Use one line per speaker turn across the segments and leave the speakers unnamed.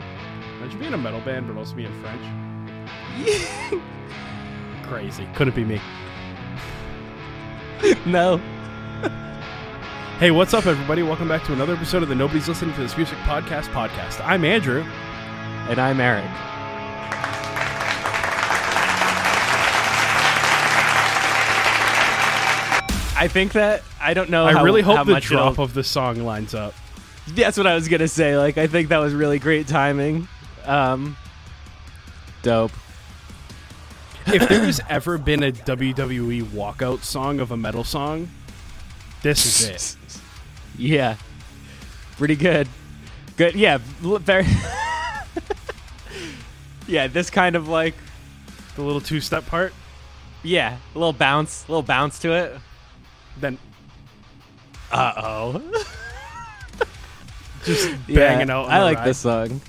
I should be in a metal band, but also be in French. Crazy. Couldn't be me.
no.
Hey, what's up, everybody? Welcome back to another episode of the Nobody's Listening to This Music Podcast podcast. I'm Andrew.
And I'm Eric. I think that I don't know.
I
Oh, how-
really
how
hope the
much it'll-
drop of the song lines up.
That's what I was gonna say. Like, I think that was really great timing. Um, dope.
If there has ever been a WWE walkout song of a metal song, this is it.
Yeah, pretty good. Good. Yeah, l- very. yeah, this kind of like
The little two step part,
yeah, a little bounce, little bounce to it.
then
Uh oh.
just
Yeah,
banging out. on
I
the
like
ride.
this song.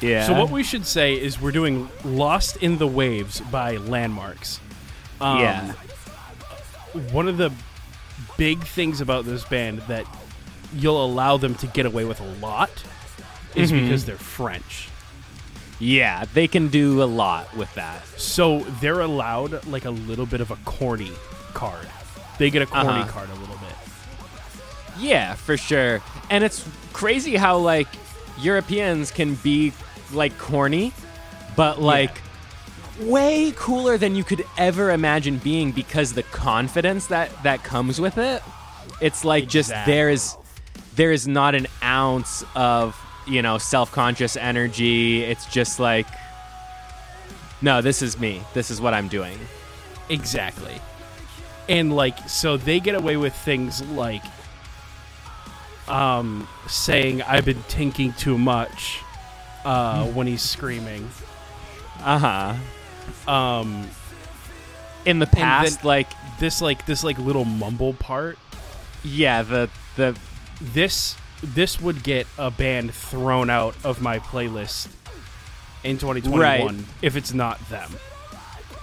Yeah.
So what we should say is we're doing "Lost in the Waves" by Landmarks. Um,
yeah.
One of the big things about this band that you'll allow them to get away with a lot is because they're French.
Yeah, they can do a lot with that.
So they're allowed like a little bit of a corny card. They get a corny
Uh-huh.
card a little bit.
Yeah, for sure. And it's crazy how like Europeans can be like corny, but like way cooler than you could ever imagine being because the confidence that that comes with it. It's like just
Exactly.
there is there is not an ounce of, you know, self-conscious energy. It's just like no, this is me. This is what I'm doing.
Exactly. And like so they get away with things like um saying I've been tinking too much uh when he's screaming.
Uh-huh.
Um
In the past like
this like this like little mumble part
yeah, the the
this this would get a band thrown out of my playlist in 2021
Right.
if it's not them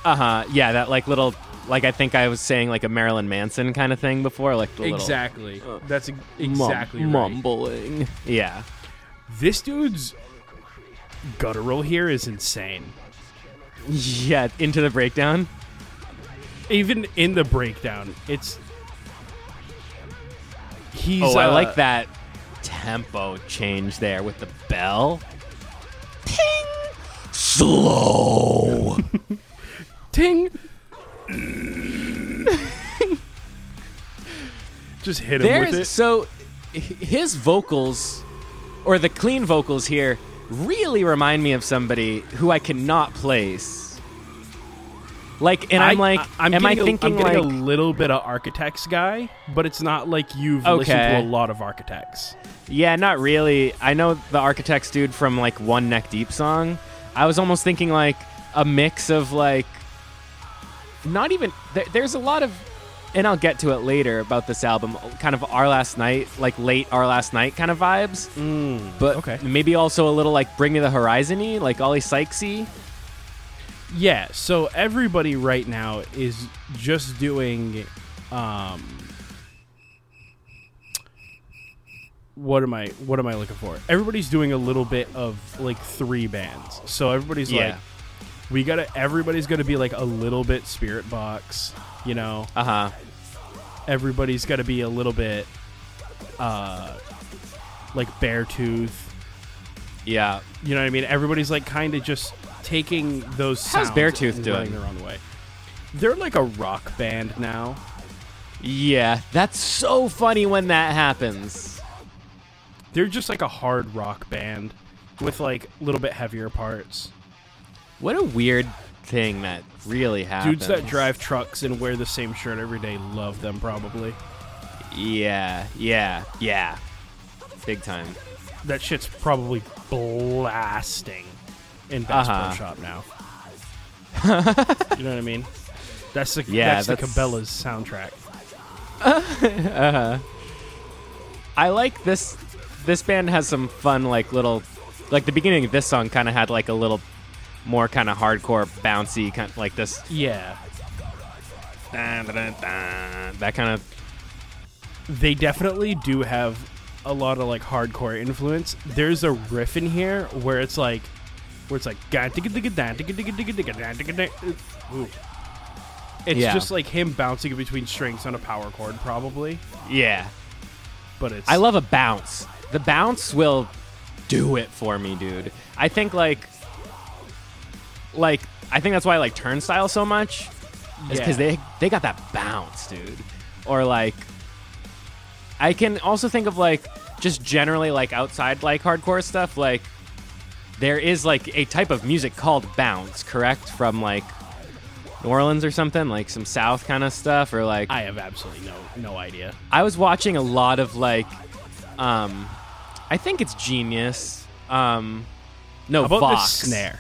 Uh huh. Yeah, that like little, like I think I was saying like a Marilyn Manson kind of thing before, like the little
exactly that's ex-
mum-
exactly right.
mumbling. Yeah.
this dude's guttural here is insane
Yeah. Into the breakdown.
even in the breakdown it's he's
oh, I
uh,
like that tempo change there with the bell. Ping. Slow.
ting just hit him with it
There's so h- his vocals or the clean vocals here really remind me of somebody who I cannot place. Like, and I'm
I-
like,
I- I'm
am I
getting a-
thinking
I'm getting
like?
a little bit of Architects guy, but it's not like you've
Okay.
listened to a lot of Architects.
Yeah, not really. I know the Architects dude from like One Neck Deep song. I was almost thinking like a mix of like not even there, there's a lot of and I'll get to it later about this album kind of our last night like late our last night kind of vibes but
Mm, okay.
maybe also a little like bring me the horizon-y like Ollie Sykesy
Yeah, so everybody right now is just doing, um, what am I? What am I looking for? Everybody's doing a little bit of like three bands. So everybody's like,
Yeah.
we gotta. Everybody's gonna be like a little bit Spirit Box, you know.
uh-huh
everybody's got to be a little bit uh like bare tooth
yeah
you know what i mean everybody's like kind of just taking those
How's
sounds
Beartooth
and
doing?
running their own way they're like a rock band now
yeah that's so funny when that happens
they're just like a hard rock band with like a little bit heavier parts
what a weird thing that really happens
dudes that drive trucks and wear the same shirt every day love them probably
Yeah, yeah, yeah. Big time.
that shit's probably blasting in Bass Pro
Uh-huh.
Shop now. you know what I mean? That's the
Yeah,
that's, the
that's-
Cabela's soundtrack.
I like this this band has some fun like little like the beginning of this song kind of had like a little more kind of hardcore bouncy kind like this
Yeah,
dun, dun, dun, dun, that kind of
they definitely do have a lot of like hardcore influence. There's a riff in here where it's like where it's like "Ga- digga, digga, da, digga, digga, digga, digga, da, digga, da." It- ooh. It's
Yeah.
just like him bouncing between strings on a power chord, probably.
Yeah.
But it's
I love a bounce. The bounce will do it for me, dude. I think like like I think that's why I like Turnstile so much is
Yeah.
cuz they they got that bounce, dude. Or like I can also think of like just generally like outside like hardcore stuff like there is like a type of music called bounce, correct? From like New Orleans or something, like some South kind of stuff, or like
I have absolutely no no idea.
I was watching a lot of like, um, I think it's Genius. Um, no,
How about
Vox.
this snare?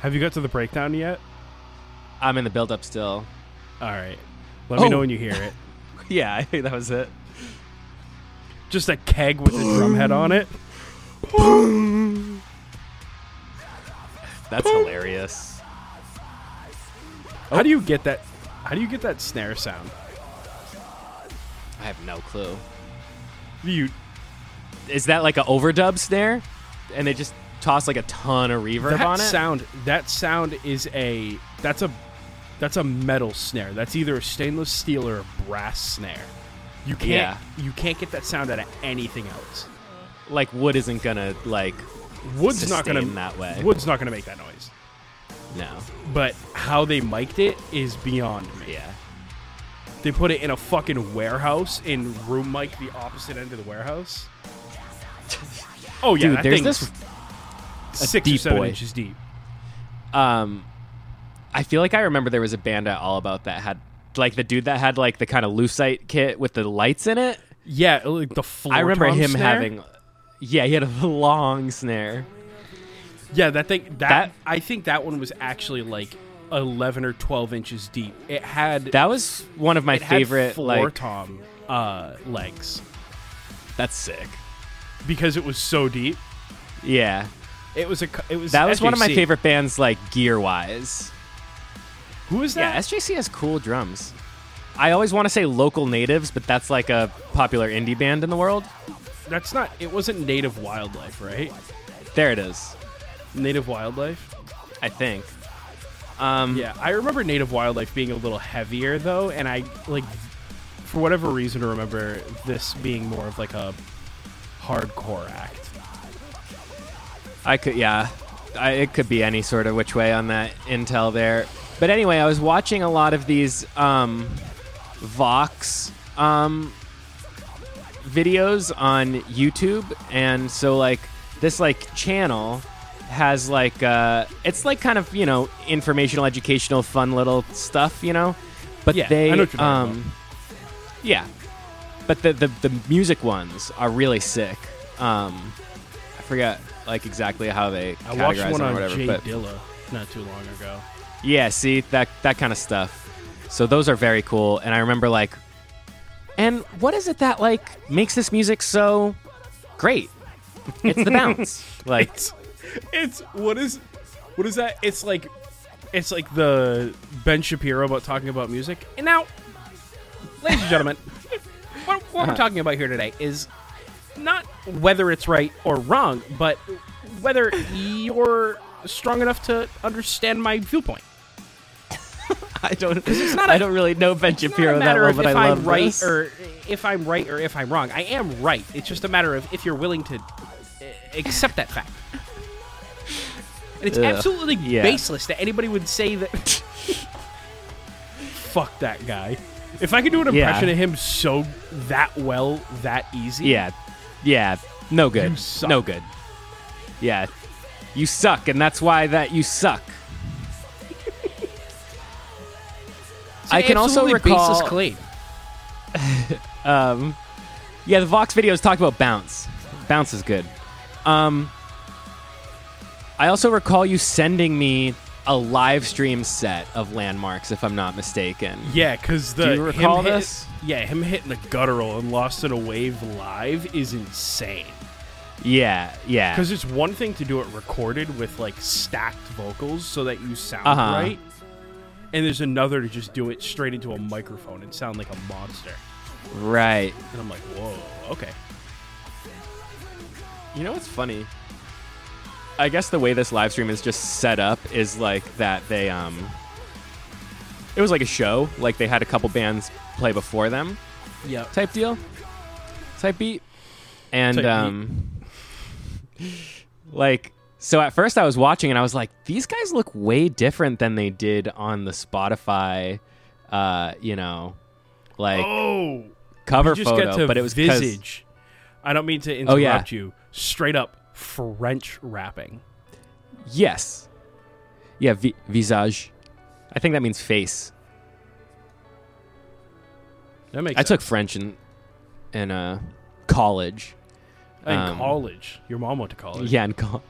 Have you got to the breakdown yet?
I'm in the build-up still.
All right. Let me
Oh.
know when you hear it.
Yeah, I think that was it.
Just a keg with a drum head on it.
That's hilarious.
How do you get that? How do you get that snare sound?
I have no clue.
Do you
Is that like an overdub snare? And they just toss like a ton of reverb
that
on it.
sound that sound is a that's a that's a metal snare that's either a stainless steel or a brass snare you can't
Yeah.
you can't get that sound out of anything else
like wood isn't gonna like
wood's not gonna
Sustain that way.
wood's not gonna make that noise
no.
but how they mic'd it is beyond me
Yeah.
they put it in a fucking warehouse and room mic the opposite end of the warehouse oh yeah
Dude,
that
there's
thing's
this
six or
deep
seven
boy.
inches deep
um I feel like I remember there was a band at All About that had like the dude that had like the kind of lucite kit with the lights in it.
yeah uh, like the floor
I remember
tom
him
snare.
having Yeah, he had a long snare.
Yeah, that thing. That,
That-
I think that one was actually like eleven or twelve inches deep. It had
That was one of my
it had
favorite
floor
like
tom uh, legs
that's sick.
because it was so deep.
Yeah.
It was a. cu- It was
That was one of my
SJC.
favorite bands like gear-wise.
Who is
Yeah,
that?
SJC has cool drums. I always want to say local natives, but that's like a popular indie band in the world.
That's not. It wasn't native wildlife, right?
There it is.
Native wildlife.
I think. Um
Yeah, I remember native wildlife being a little heavier though, and I like for whatever reason remember this being more of like a hardcore act.
I could, yeah. I, it could be any sort of which way on that intel there. But anyway, I was watching a lot of these um, Vox um, videos on YouTube, and so like this like channel has like uh, it's like kind of you know informational, educational, fun little stuff, you know. But
Yeah, I
they
know what you're talking
um, yeah. But the, the the music ones are really sick. Um, I forget like exactly how they
I
categorize
watched one
them or
on
whatever.
Jay
but
Dilla not too long ago.
yeah, see that that kind of stuff. So those are very cool, and I remember like, and what is it that like makes this music so great? It's the bounce. like
it's it's what is what is that it's like it's like the ben shapiro about talking about music and now ladies and gentlemen what, what we're talking about here today is not whether it's right or wrong but whether you're strong enough to understand my viewpoint
I don't,
not
I
a-
don't really know Ben
it's not
Shapiro
a
that
matter
well,
of
but
if
I
am
love
right
this.
or if i'm right or if i'm wrong i am right it's just a matter of if you're willing to uh, accept that fact and it's
Ugh,
absolutely
yeah.
baseless that anybody would say that fuck that guy if i could do an
Yeah.
impression of him so that well that easy
Yeah. Yeah. No
You
good.
suck.
No good. Yeah. You suck, and that's why that you suck.
it's an
I can also
absolutely
recall.
baseless claim
Um, yeah, the Vox videos talk about bounce. Bounce is good. Um, I also recall you sending me a live stream set of landmarks, if I'm not mistaken.
yeah because the
Do you recall
him hit-
this?
yeah him hitting the guttural and lost in a wave live is insane
Yeah, yeah.
Because it's one thing to do it recorded with like stacked vocals so that you sound
Uh-huh.
right, and there's another to just do it straight into a microphone and sound like a monster.
Right.
And I'm like, whoa, okay.
You know what's funny? I guess the way this live stream is just set up is like that they um it was like a show, like they had a couple bands play before them
Yep.
type deal. Type beat. And
Type beat.
um like so at first I was watching and I was like these guys look way different than they did on the Spotify uh you know like
Oh,
cover
you just
photo
got to
but it was 'cause-
visage. I don't mean to interrupt
Oh, yeah.
you. Straight up French rapping.
Yes. Yeah, vi- visage. I think that means face.
That makes.
I took French in in uh, college.
sense. in
um,
college. Your mom went to college.
Yeah, in college.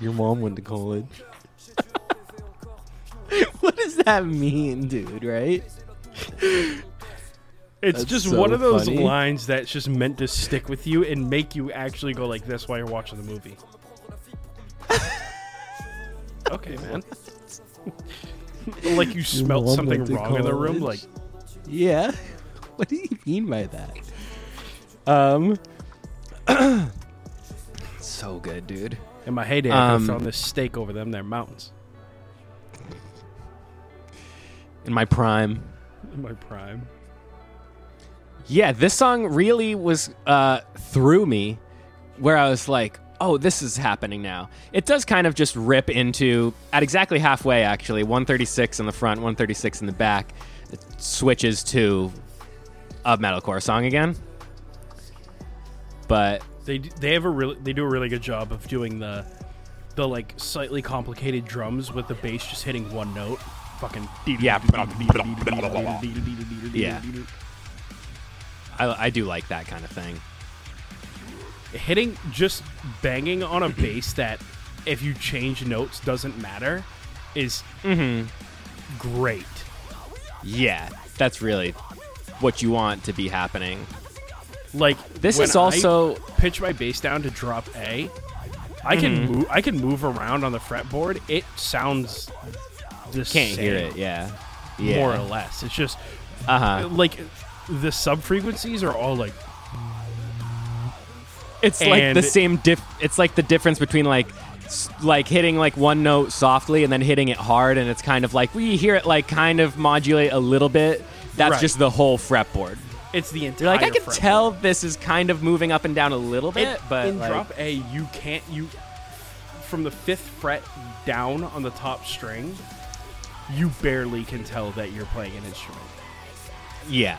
Your mom went to college. what does that mean, dude? Right?
It's
That's
just
so
one of those
funny.
lines that's just meant to stick with you and make you actually go like this while you're watching the movie. okay, man. like you smelt
mom
something
went to
wrong in the room. Like
college. Yeah. What do you mean by that? Um. so good, dude.
in my heyday, I
Um,
found this steak over them there mountains.
In my prime.
In my prime.
Yeah, this song really was uh, through me, where I was like, "Oh, this is happening now." It does kind of just rip into at exactly halfway, actually, 136 in the front, 136 in the back. It switches to a metalcore song again, but
They d- they have a really they do a really good job of doing the the like slightly complicated drums with the bass just hitting one note. Fucking
Yeah.
yeah.
I, I do like that kind of thing.
hitting just banging on a bass that if you change notes doesn't matter is great
Yeah, that's really what you want to be happening.
like
This
when
is also
I pitch my bass down to drop a i can
Mm-hmm.
move i can move around on the fretboard it sounds the
can't hear
same,
it. Yeah, yeah.
more or less it's just
Uh huh.
like the sub frequencies are all like
It's like the
And-
same diff. It's like the difference between like s- like hitting like one note softly and then hitting it hard, and it's kind of like we hear it like kind of modulate a little bit. That's
Right.
just the whole fretboard.
it's the entire
You're like I can
fretboard.
tell this is kind of moving up and down a little
In-
bit, but
in
like,
drop A, you can't you from the fifth fret down on the top string, you barely can tell that you're playing an instrument,
yeah,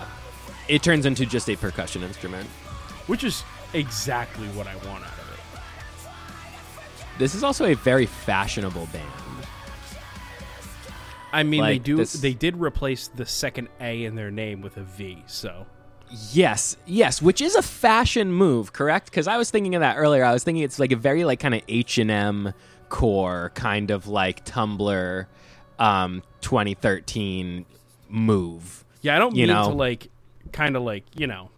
it turns into just a percussion instrument.
which is exactly what I want out of it.
This is also a very fashionable band.
I mean, they
Like
do
this-
they did replace the second A in their name with a V, so
Yes, yes, which is a fashion move, correct? Because I was thinking of that earlier. I was thinking it's like a very like kind of H and M core kind of like Tumblr, um, 2013 move.
yeah, I don't
You
mean
know.
to like kind of like you know,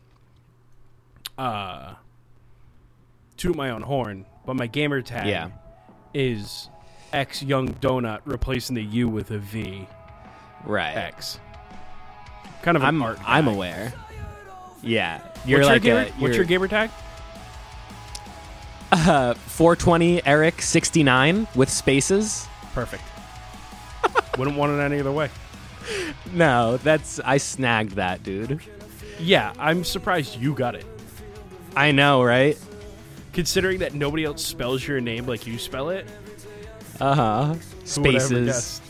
uh, toot my own horn, but my gamer tag
Yeah.
is X Young Donut replacing the U with a V.
Right.
X. Kind of an
I'm
art.
I'm
guy.
aware. Yeah, you're
what's
like
your
a,
gamer, what's your
you're,
gamer tag?
uh, 420 Eric 69 with spaces.
Perfect. Wouldn't want it any other way.
No, that's I snagged that, dude.
Yeah, I'm surprised you got it.
I know, right?
Considering that nobody else spells your name like you spell it,
Uh huh.
who would ever
Spaces.
guessed?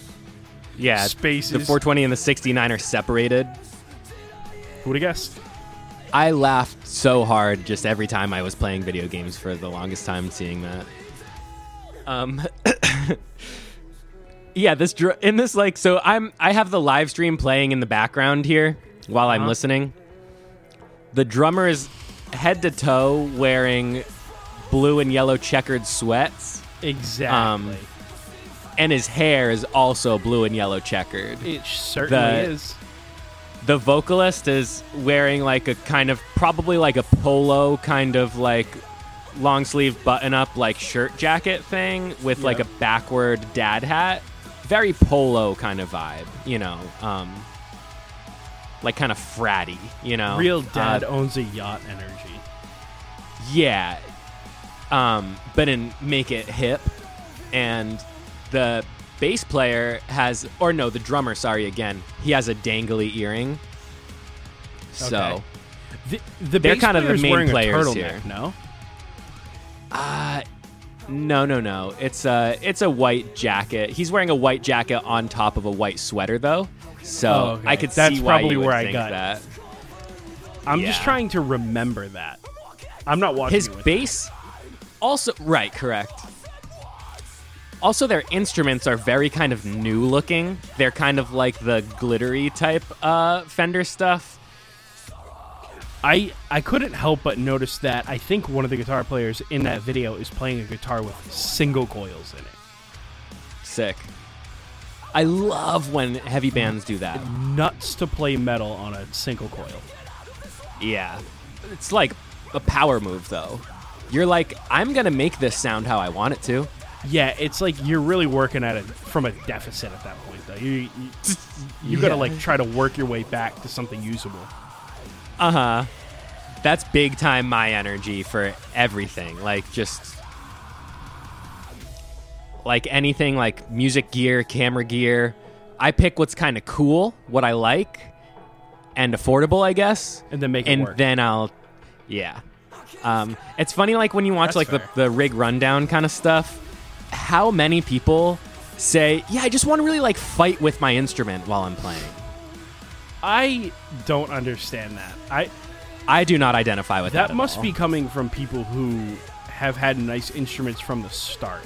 Yeah.
Spaces.
The 420 and the 69 are separated.
Who would have guessed?
I laughed so hard just every time I was playing video games for the longest time seeing that. Um Yeah, this dr- in this like so I'm I have the live stream playing in the background here while I'm
Uh-huh.
listening. The drummer is head to toe wearing blue and yellow checkered sweats
Exactly.
and his hair is also blue and yellow checkered.
it certainly
the-
is.
the vocalist is wearing like a kind of probably like a polo kind of like long sleeve button up like shirt jacket thing with like a
Yeah.
backward dad hat very polo kind of vibe you know um like kind of oh, fratty you know
Real
Uh,
dad owns a yacht energy.
yeah um, but in make it hip. And the bass player has, or no, the drummer. Sorry, again, he has a dangly earring. So
Okay. The, the
They're
bass
kind of the
player's
main
wearing
players
a turtleneck,
here.
No,
no, no, no. It's a it's a white jacket. He's wearing a white jacket on top of a white sweater, though. So
Oh, okay.
I could
That's
see why
probably
you would
where I
think
got it.
that.
I'm just
Yeah.
trying to remember that. I'm not watching
His
you with
bass also right, correct. Also their instruments are very kind of new looking. They're kind of like the glittery type uh Fender stuff.
I I couldn't help but notice that I think one of the guitar players in that video is playing a guitar with single coils in it.
Sick. I love when heavy bands do that.
Nuts to play metal on a single coil.
Yeah. It's like a power move though. You're like I'm going to make this sound how I want it to.
Yeah, it's like you're really working at it from a deficit at that point, though. You you, you gotta
Yeah.
like try to work your way back to something usable.
Uh-huh. That's big time my energy for everything. Like just like anything like music gear, camera gear. I pick what's kind of cool, what I like and affordable, I guess.
And then make it
and
work.
then I'll yeah. Um, it's funny like when you watch
That's
like the,
fair.
the rig rundown kind of stuff, how many people say, "Yeah, I just want to really like fight with my instrument while I'm playing."
I don't understand that. I
I do not identify with that.
that
at
must
all.
be coming from people who have had nice instruments from the start.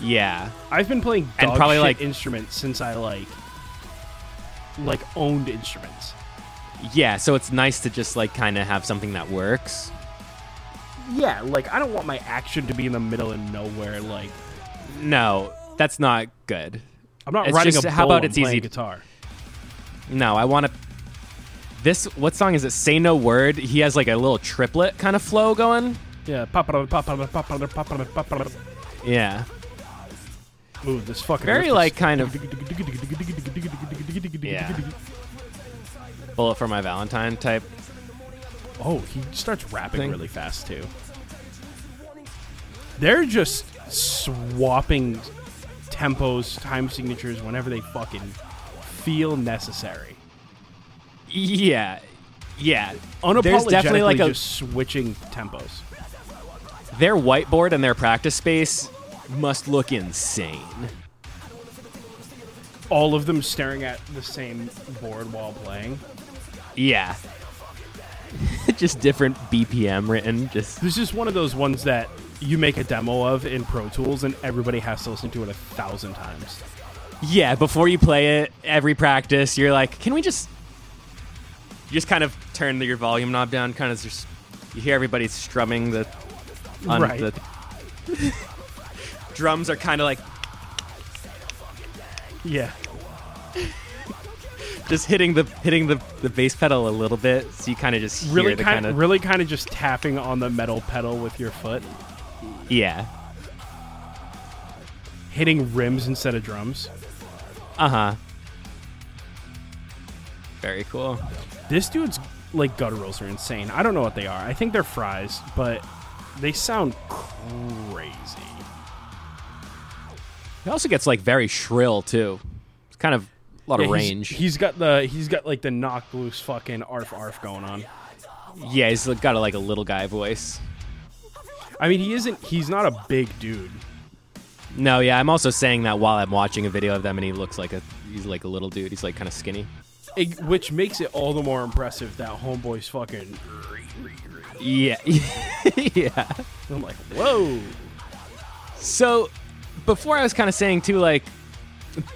Yeah.
I've been playing
And
dog
probably,
shit
like-
instruments since I like like owned instruments.
Yeah, so it's nice to just like kind of have something that works.
Yeah, like I don't want my action to be in the middle of nowhere. Like
No, that's not good.
I'm not
It's
riding
just-
a
how
bull,
about
I'm
it's easy
playing
to-
guitar.
No, I want to. This what song is it? Say no word. He has like a little triplet kind of flow going.
Yeah, pop pop pop pop pop pop pop pop pop.
Yeah,
Ooh, this fucking
Very,
riff is-
like, kind of- Yeah. bullet for my Valentine type.
Oh, he starts rapping
Thing.
really fast too. They're just swapping tempos, time signatures whenever they fucking feel necessary.
Yeah, yeah. There's
Unapologetically,
definitely like a
just switching tempos.
their whiteboard and their practice space must look insane.
All of them staring at the same board while playing.
Yeah. just different BPM written. Just
This is one of those ones that you make a demo of in Pro Tools and everybody has to listen to it a thousand times.
Yeah, before you play it, every practice, you're like, can we just. You just kind of turn the, your volume knob down, kind of just. You hear everybody strumming the. On
Right.
The, drums are kind of like
Yeah.
just hitting the hitting the, the bass pedal a little bit, so you kind of just hear
Really
the
kind
kind
of really kind of just tapping on the metal pedal with your foot,
yeah,
hitting rims instead of drums.
uh huh. Very cool.
This dude's like gutturals are insane. I don't know what they are. I think they're fries, but they sound crazy.
It also gets like very shrill too. It's kind of a lot
Yeah,
of
he's-
range.
he's got the he's got like the knock loose fucking arf arf going on.
yeah, he's got a, like a little guy voice.
I mean, he isn't he's not a big dude.
No, yeah, I'm also saying that while I'm watching a video of them, and he looks like a he's like a little dude. He's like kind of skinny.
It- which makes it all the more impressive that homeboy's fucking.
Yeah, yeah.
I'm like, whoa.
So before I was kind of saying too, like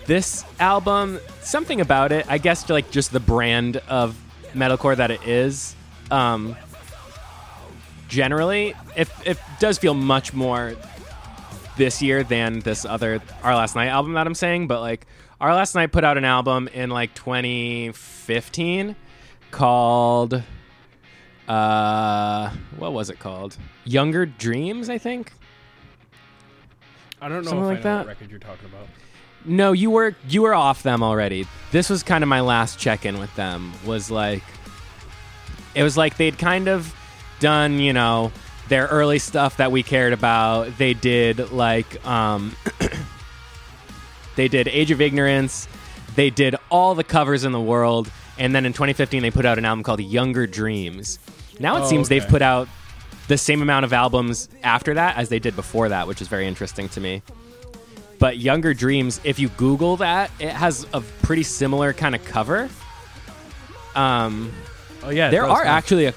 this album, something about it, I guess, like just the brand of metalcore that it is. Um, generally, it it does feel much more this year than this other Our Last Night album that I'm saying, but like Our Last Night put out an album in like 2015 called uh what was it called? Younger Dreams, I think.
I don't know if
Something
I
like
know
that.
what record you're talking about.
No, you were you were off them already. This was kind of my last check-in with them. Was like it was like they'd kind of done, you know, their early stuff that we cared about. They did like um, they did Age of Ignorance. They did all the covers in the world, and then in 2015 they put out an album called Younger Dreams. Now it
Oh,
seems they've
okay.
put out the same amount of albums after that as they did before that, which is very interesting to me. But Younger Dreams, if you Google that, it has a pretty similar kind of cover. Um,
Oh yeah, it
there
does,
are
huh?
actually a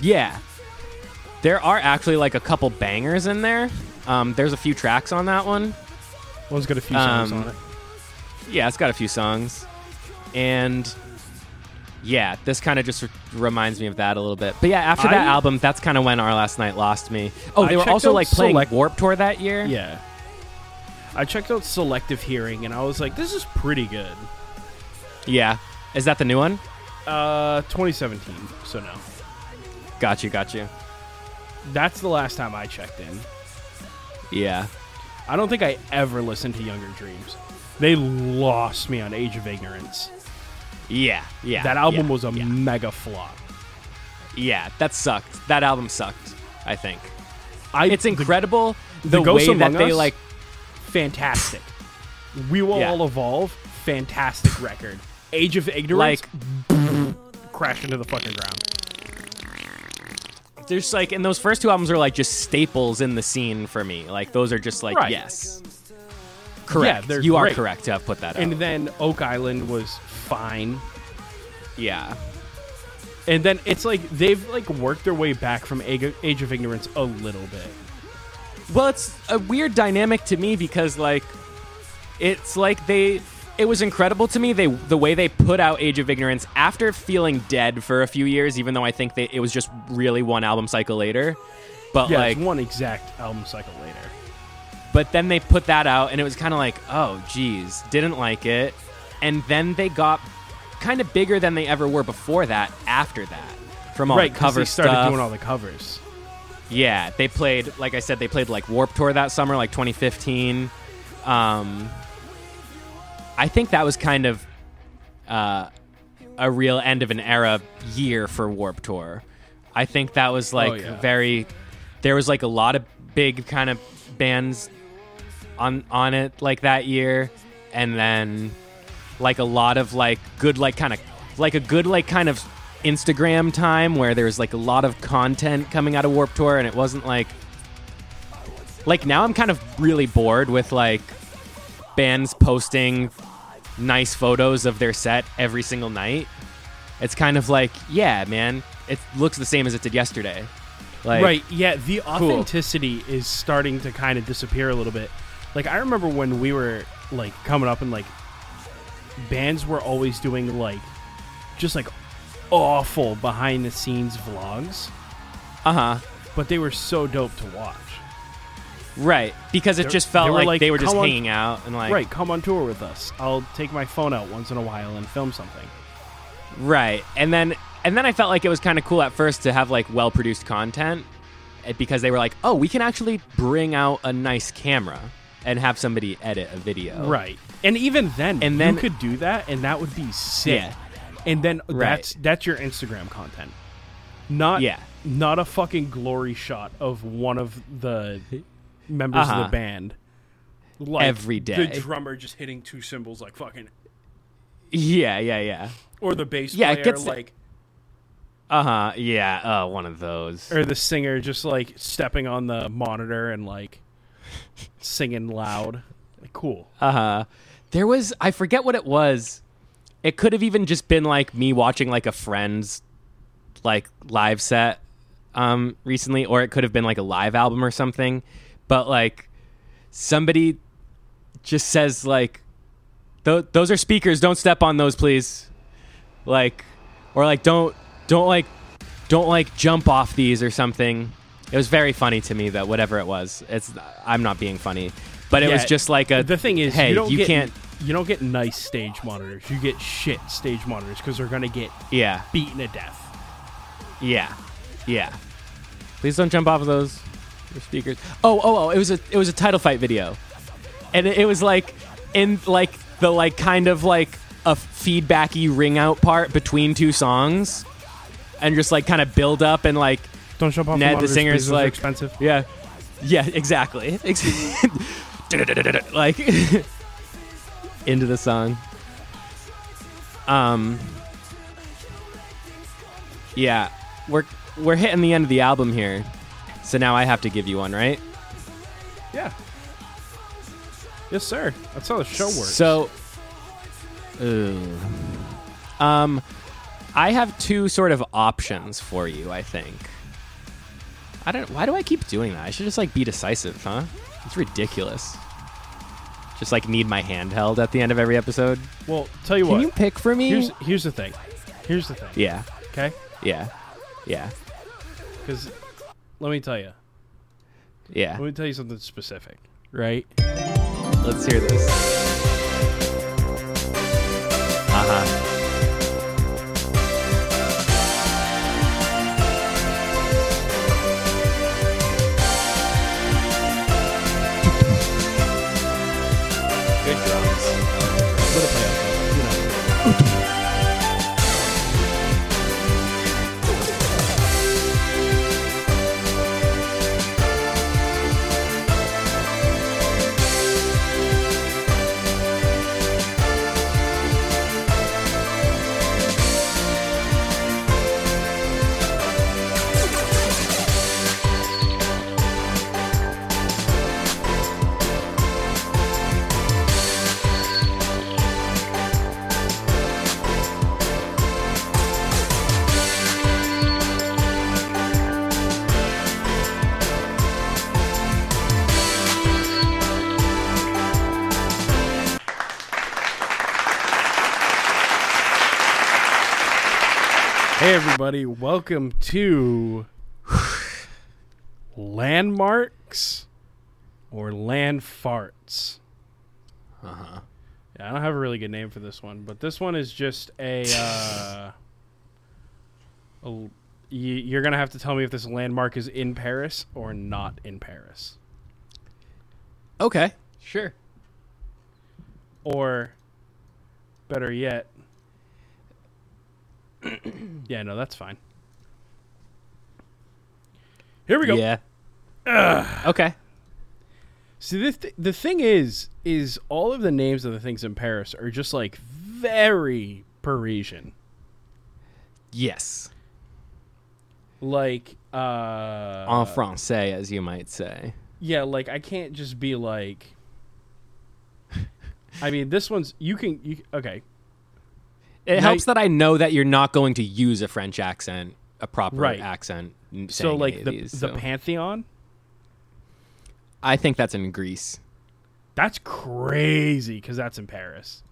yeah there are actually like a couple bangers in there um, there's a few tracks on that one
one's got a few songs
um,
on it.
yeah it's got a few songs and yeah this kind of just r reminds me of that a little bit but yeah after
I-
that album that's kind of when our last night lost me oh
I
they were
checked
also
out
like playing
Select-
warp tour that year
Yeah. I checked out Selective Hearing and I was like, this is pretty good.
yeah is that the new one
Uh, 2017. So no,
got you got you
that's the last time I checked in.
yeah
I don't think I ever listened to Younger Dreams. They lost me on Age of Ignorance.
yeah yeah
That album
Ah, yeah,
was a
yeah.
mega flop.
yeah that sucked that album sucked i think
I
it's incredible
the
the,
Ghosts
way that
Among
they
Us?
like
fantastic. we will
Yeah.
all evolve. Fantastic record. Age of Ignorance
like Oh.
crashed into the fucking ground.
there's like and those first two albums are like just staples in the scene for me like those are just like
Right.
yes correct
they're
you are
great.
correct to have put that
And
out
then Oak Island was fine.
yeah
And then it's like they've like worked their way back from Ag- Age of Ignorance a little bit.
well it's a weird dynamic to me because like it's like they it was incredible to me they the way they put out Age of Ignorance after feeling dead for a few years even though I think they, it was just really one album cycle later but
Yeah,
like
it's one exact album cycle later.
But then they put that out, and it was kind of like, oh, geez, didn't like it. And then they got kind of bigger than they ever were before that. After that, from all
right, 'cause
the cover
they started
stuff,
doing all the covers.
yeah, they played. Like I said, they played like Warp Tour that summer, like 2015. Um, I think that was kind of uh, a real end of an era year for Warp Tour. I think that was like
yeah.
very. There was like a lot of big kind of bands on on it like that year, and then like a lot of like good like kind of like a good like kind of Instagram time where there was like a lot of content coming out of Warp Tour and it wasn't like like now I'm kind of really bored with like bands posting nice photos of their set every single night. It's kind of like, yeah, man, it looks the same as it did yesterday. Like
right, yeah, the authenticity is starting to kind of disappear a little bit. Like I remember when we were like coming up and like bands were always doing like just like awful behind the scenes vlogs,
uh-huh.
but they were so dope to watch.
Right. Because it
They-
just felt
they were
like,
like,
they were just
"Come on."
hanging out and like
right, come on tour with us. I'll take my phone out once in a while and film something.
Right. And then and then I felt like it was kind of cool at first to have like well-produced content eh, because they were like, "Oh, we can actually bring out a nice camera and have somebody edit a video."
Right. And even then,
And then-
you could do that, and that would be sick.
Yeah.
And then
Right.
that's that's your Instagram content. Not
Yeah.
not a fucking glory shot of one of the members of
Uh-huh.
the band. Like
Every
The
day.
drummer just hitting two cymbals like fucking
Yeah, yeah, yeah.
or the bass
Yeah, it
player
gets-
like
Uh-huh. Yeah, uh one of those.
or the singer just like stepping on the monitor and like singing loud. Like cool.
Uh-huh. There was I forget what it was. It could have even just been like me watching like a friend's like live set um recently or it could have been like a live album or something. But like somebody just says like "Tho- those are speakers, don't step on those please. Like or like don't don't like don't like jump off these or something. It was very funny to me that whatever it was. It's I'm not being funny. But it was
Yeah,
just like a
the thing is
hey,
you don't get,
can't.
you don't get nice stage monitors you get shit stage monitors because they're gonna get
Yeah,
beaten to death
yeah, yeah. Please don't jump off of those those speakers. Oh, oh, oh! It was a it was a title fight video, and it, it was like in like the like kind of like a feedbacky ring out part between two songs, and just like kind of build up and like
Don't jump off.
Ned the
monitors,
singer's
please, those are
like-
expensive.
Yeah. Yeah, exactly. Ex- like into the song. Um Yeah, we're we're hitting the end of the album here. So now I have to give you one, right?
Yeah. Yes, sir. That's how the show works.
So Ooh. Um I have two sort of options for you, I think. I don't why do I keep doing that? I should just like be decisive, huh? It's ridiculous. Just like need my hand held at the end of every episode.
well, tell you
Can
what.
you pick for me?
here's here's the thing. Here's the thing.
yeah.
Okay.
Yeah. Yeah.
Because let me tell you.
Yeah.
Let me tell you something specific. Right.
Let's hear this. Uh-huh. Good drums.
Let it play out, you know. Hey everybody, welcome to Landmarks or Land Farts.
Uh-huh.
Yeah, I don't have a really good name for this one, but this one is just a. Uh, a l- y- you're gonna have to tell me if this landmark is in Paris or not in Paris,
Okay. Sure.
or better yet, yeah, no, that's fine. Here we go.
Yeah. Okay.
See, the, th- the thing is, is all of the names of the things in Paris are just like very Parisian.
Yes.
Like, uh,
en français as you might say.
yeah, like I can't just be like. I mean, this one's you can you okay
It
Now-
helps that I know that you're not going to use a French accent, a proper
Right.
accent. n-
so
saying
like
any of
the
these,
the
so.
pantheon
I think that's in Greece.
that's crazy because that's in Paris.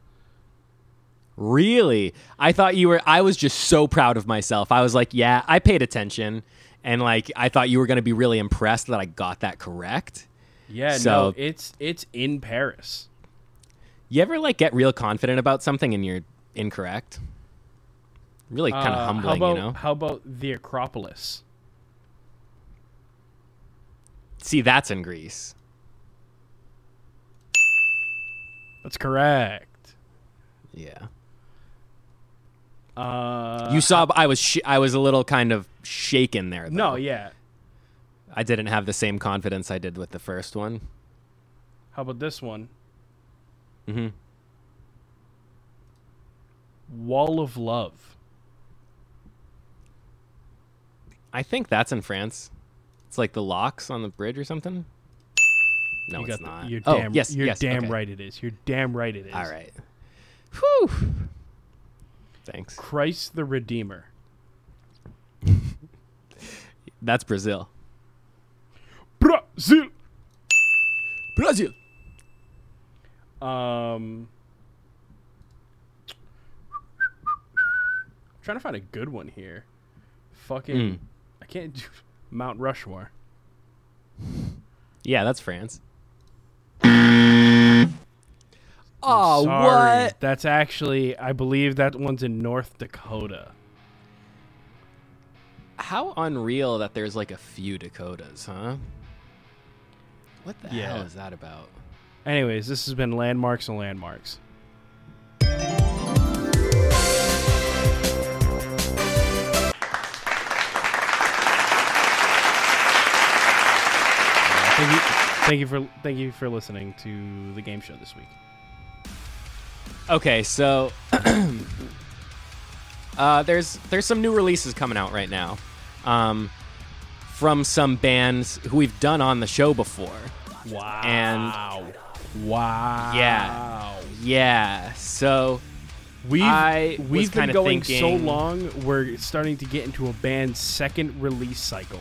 Really? I thought you were. I was just so proud of myself. I was like, yeah, I paid attention, and like I thought you were going to be really impressed that I got that correct.
Yeah,
So-
no, it's it's in Paris.
You ever like get real confident about something and you're incorrect? Really kind of
Uh,
humbling,
how about,
you know.
How about the Acropolis?
See, that's in Greece.
That's correct.
Yeah.
Uh,
you saw. I was. Sh- I was a little kind of shaken there. Though.
no, yeah.
I didn't have the same confidence I did with the first one.
How about this one?
Mhm.
Wall of Love.
I think that's in France. It's like the locks on the bridge or something. No,
you
it's
got the-
not.
You're
oh,
damn,
yes,
you're
yes,
damn
okay.
right it is. You're damn right it is.
All right. Whew. Thanks.
Christ the Redeemer.
That's Brazil.
Brazil.
Brazil.
Um, trying to find a good one here. Fucking,
Mm.
I can't do Mount Rushmore.
Yeah, that's France. Oh,
Sorry,
what?
That's actually, I believe that one's in North Dakota.
How unreal that there's like a few Dakotas, huh? What the
Yeah.
hell is that about?
Anyways, this has been Landmarks and Landmarks. Thank you, thank you for thank you for listening to the game show this week.
Okay, so uh, there's there's some new releases coming out right now um, from some bands who we've done on the show before.
Wow.
And-
wow.
Yeah. Yeah, so
We've
I was
we've been
kinda
going so
thinking-
long. We're starting to get into a band's second release cycle.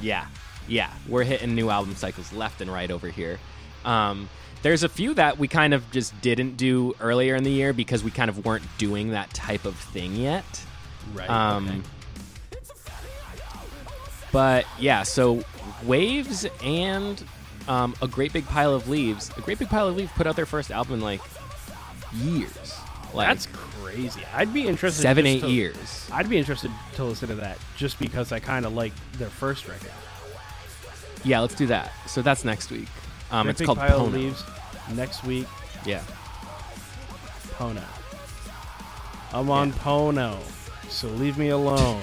yeah, yeah, we're hitting new album cycles left and right over here. Um, there's a few that we kind of just didn't do earlier in the year because we kind of weren't doing that type of thing yet.
Right.
Um, But yeah, so Waves and um, A Great Big Pile of Leaves. A Great Big Pile of Leaves put out their first album in like years. Like
That's crazy. I'd be interested.
seven,
just
eight
to-
years.
I'd be interested to listen to that just because I kind of like their first record.
Yeah, let's do that. So that's next week. Um,
Great
it's
Big
called
Pile
Pono.
of Leaves. Next week,
Yeah.
Pono. I'm on Pono, so leave me alone.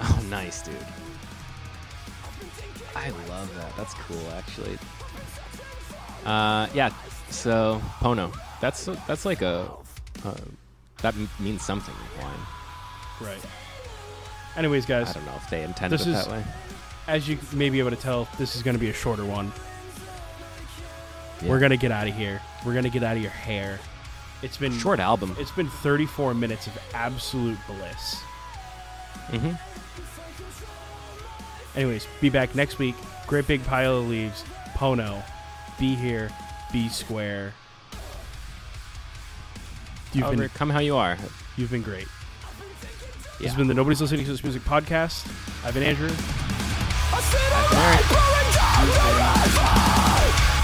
Oh, nice, dude. I love that. That's cool, actually. Uh, yeah. So Pono. That's that's like a uh, that m- means something in wine.
right. Anyways,
I
guys,
don't know if they intended
This
it
is-
that way.
as you may be able to tell, this is going to be a shorter one.
Yeah.
We're gonna get out of here. We're gonna get out of your hair. It's been
short album.
It's been 34 minutes of absolute bliss.
hmm
Anyways, be back next week. Great big pile of leaves. Pono, be here, be square. You've been
Come how you are.
you've been great. This
Yeah.
has been the Nobody's Listening to This Music podcast. I've been Andrew.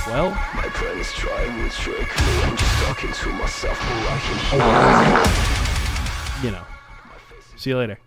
Well.
My brain is trying to trick me. I'm just talking to myself, but I can hear.
you know. See you later.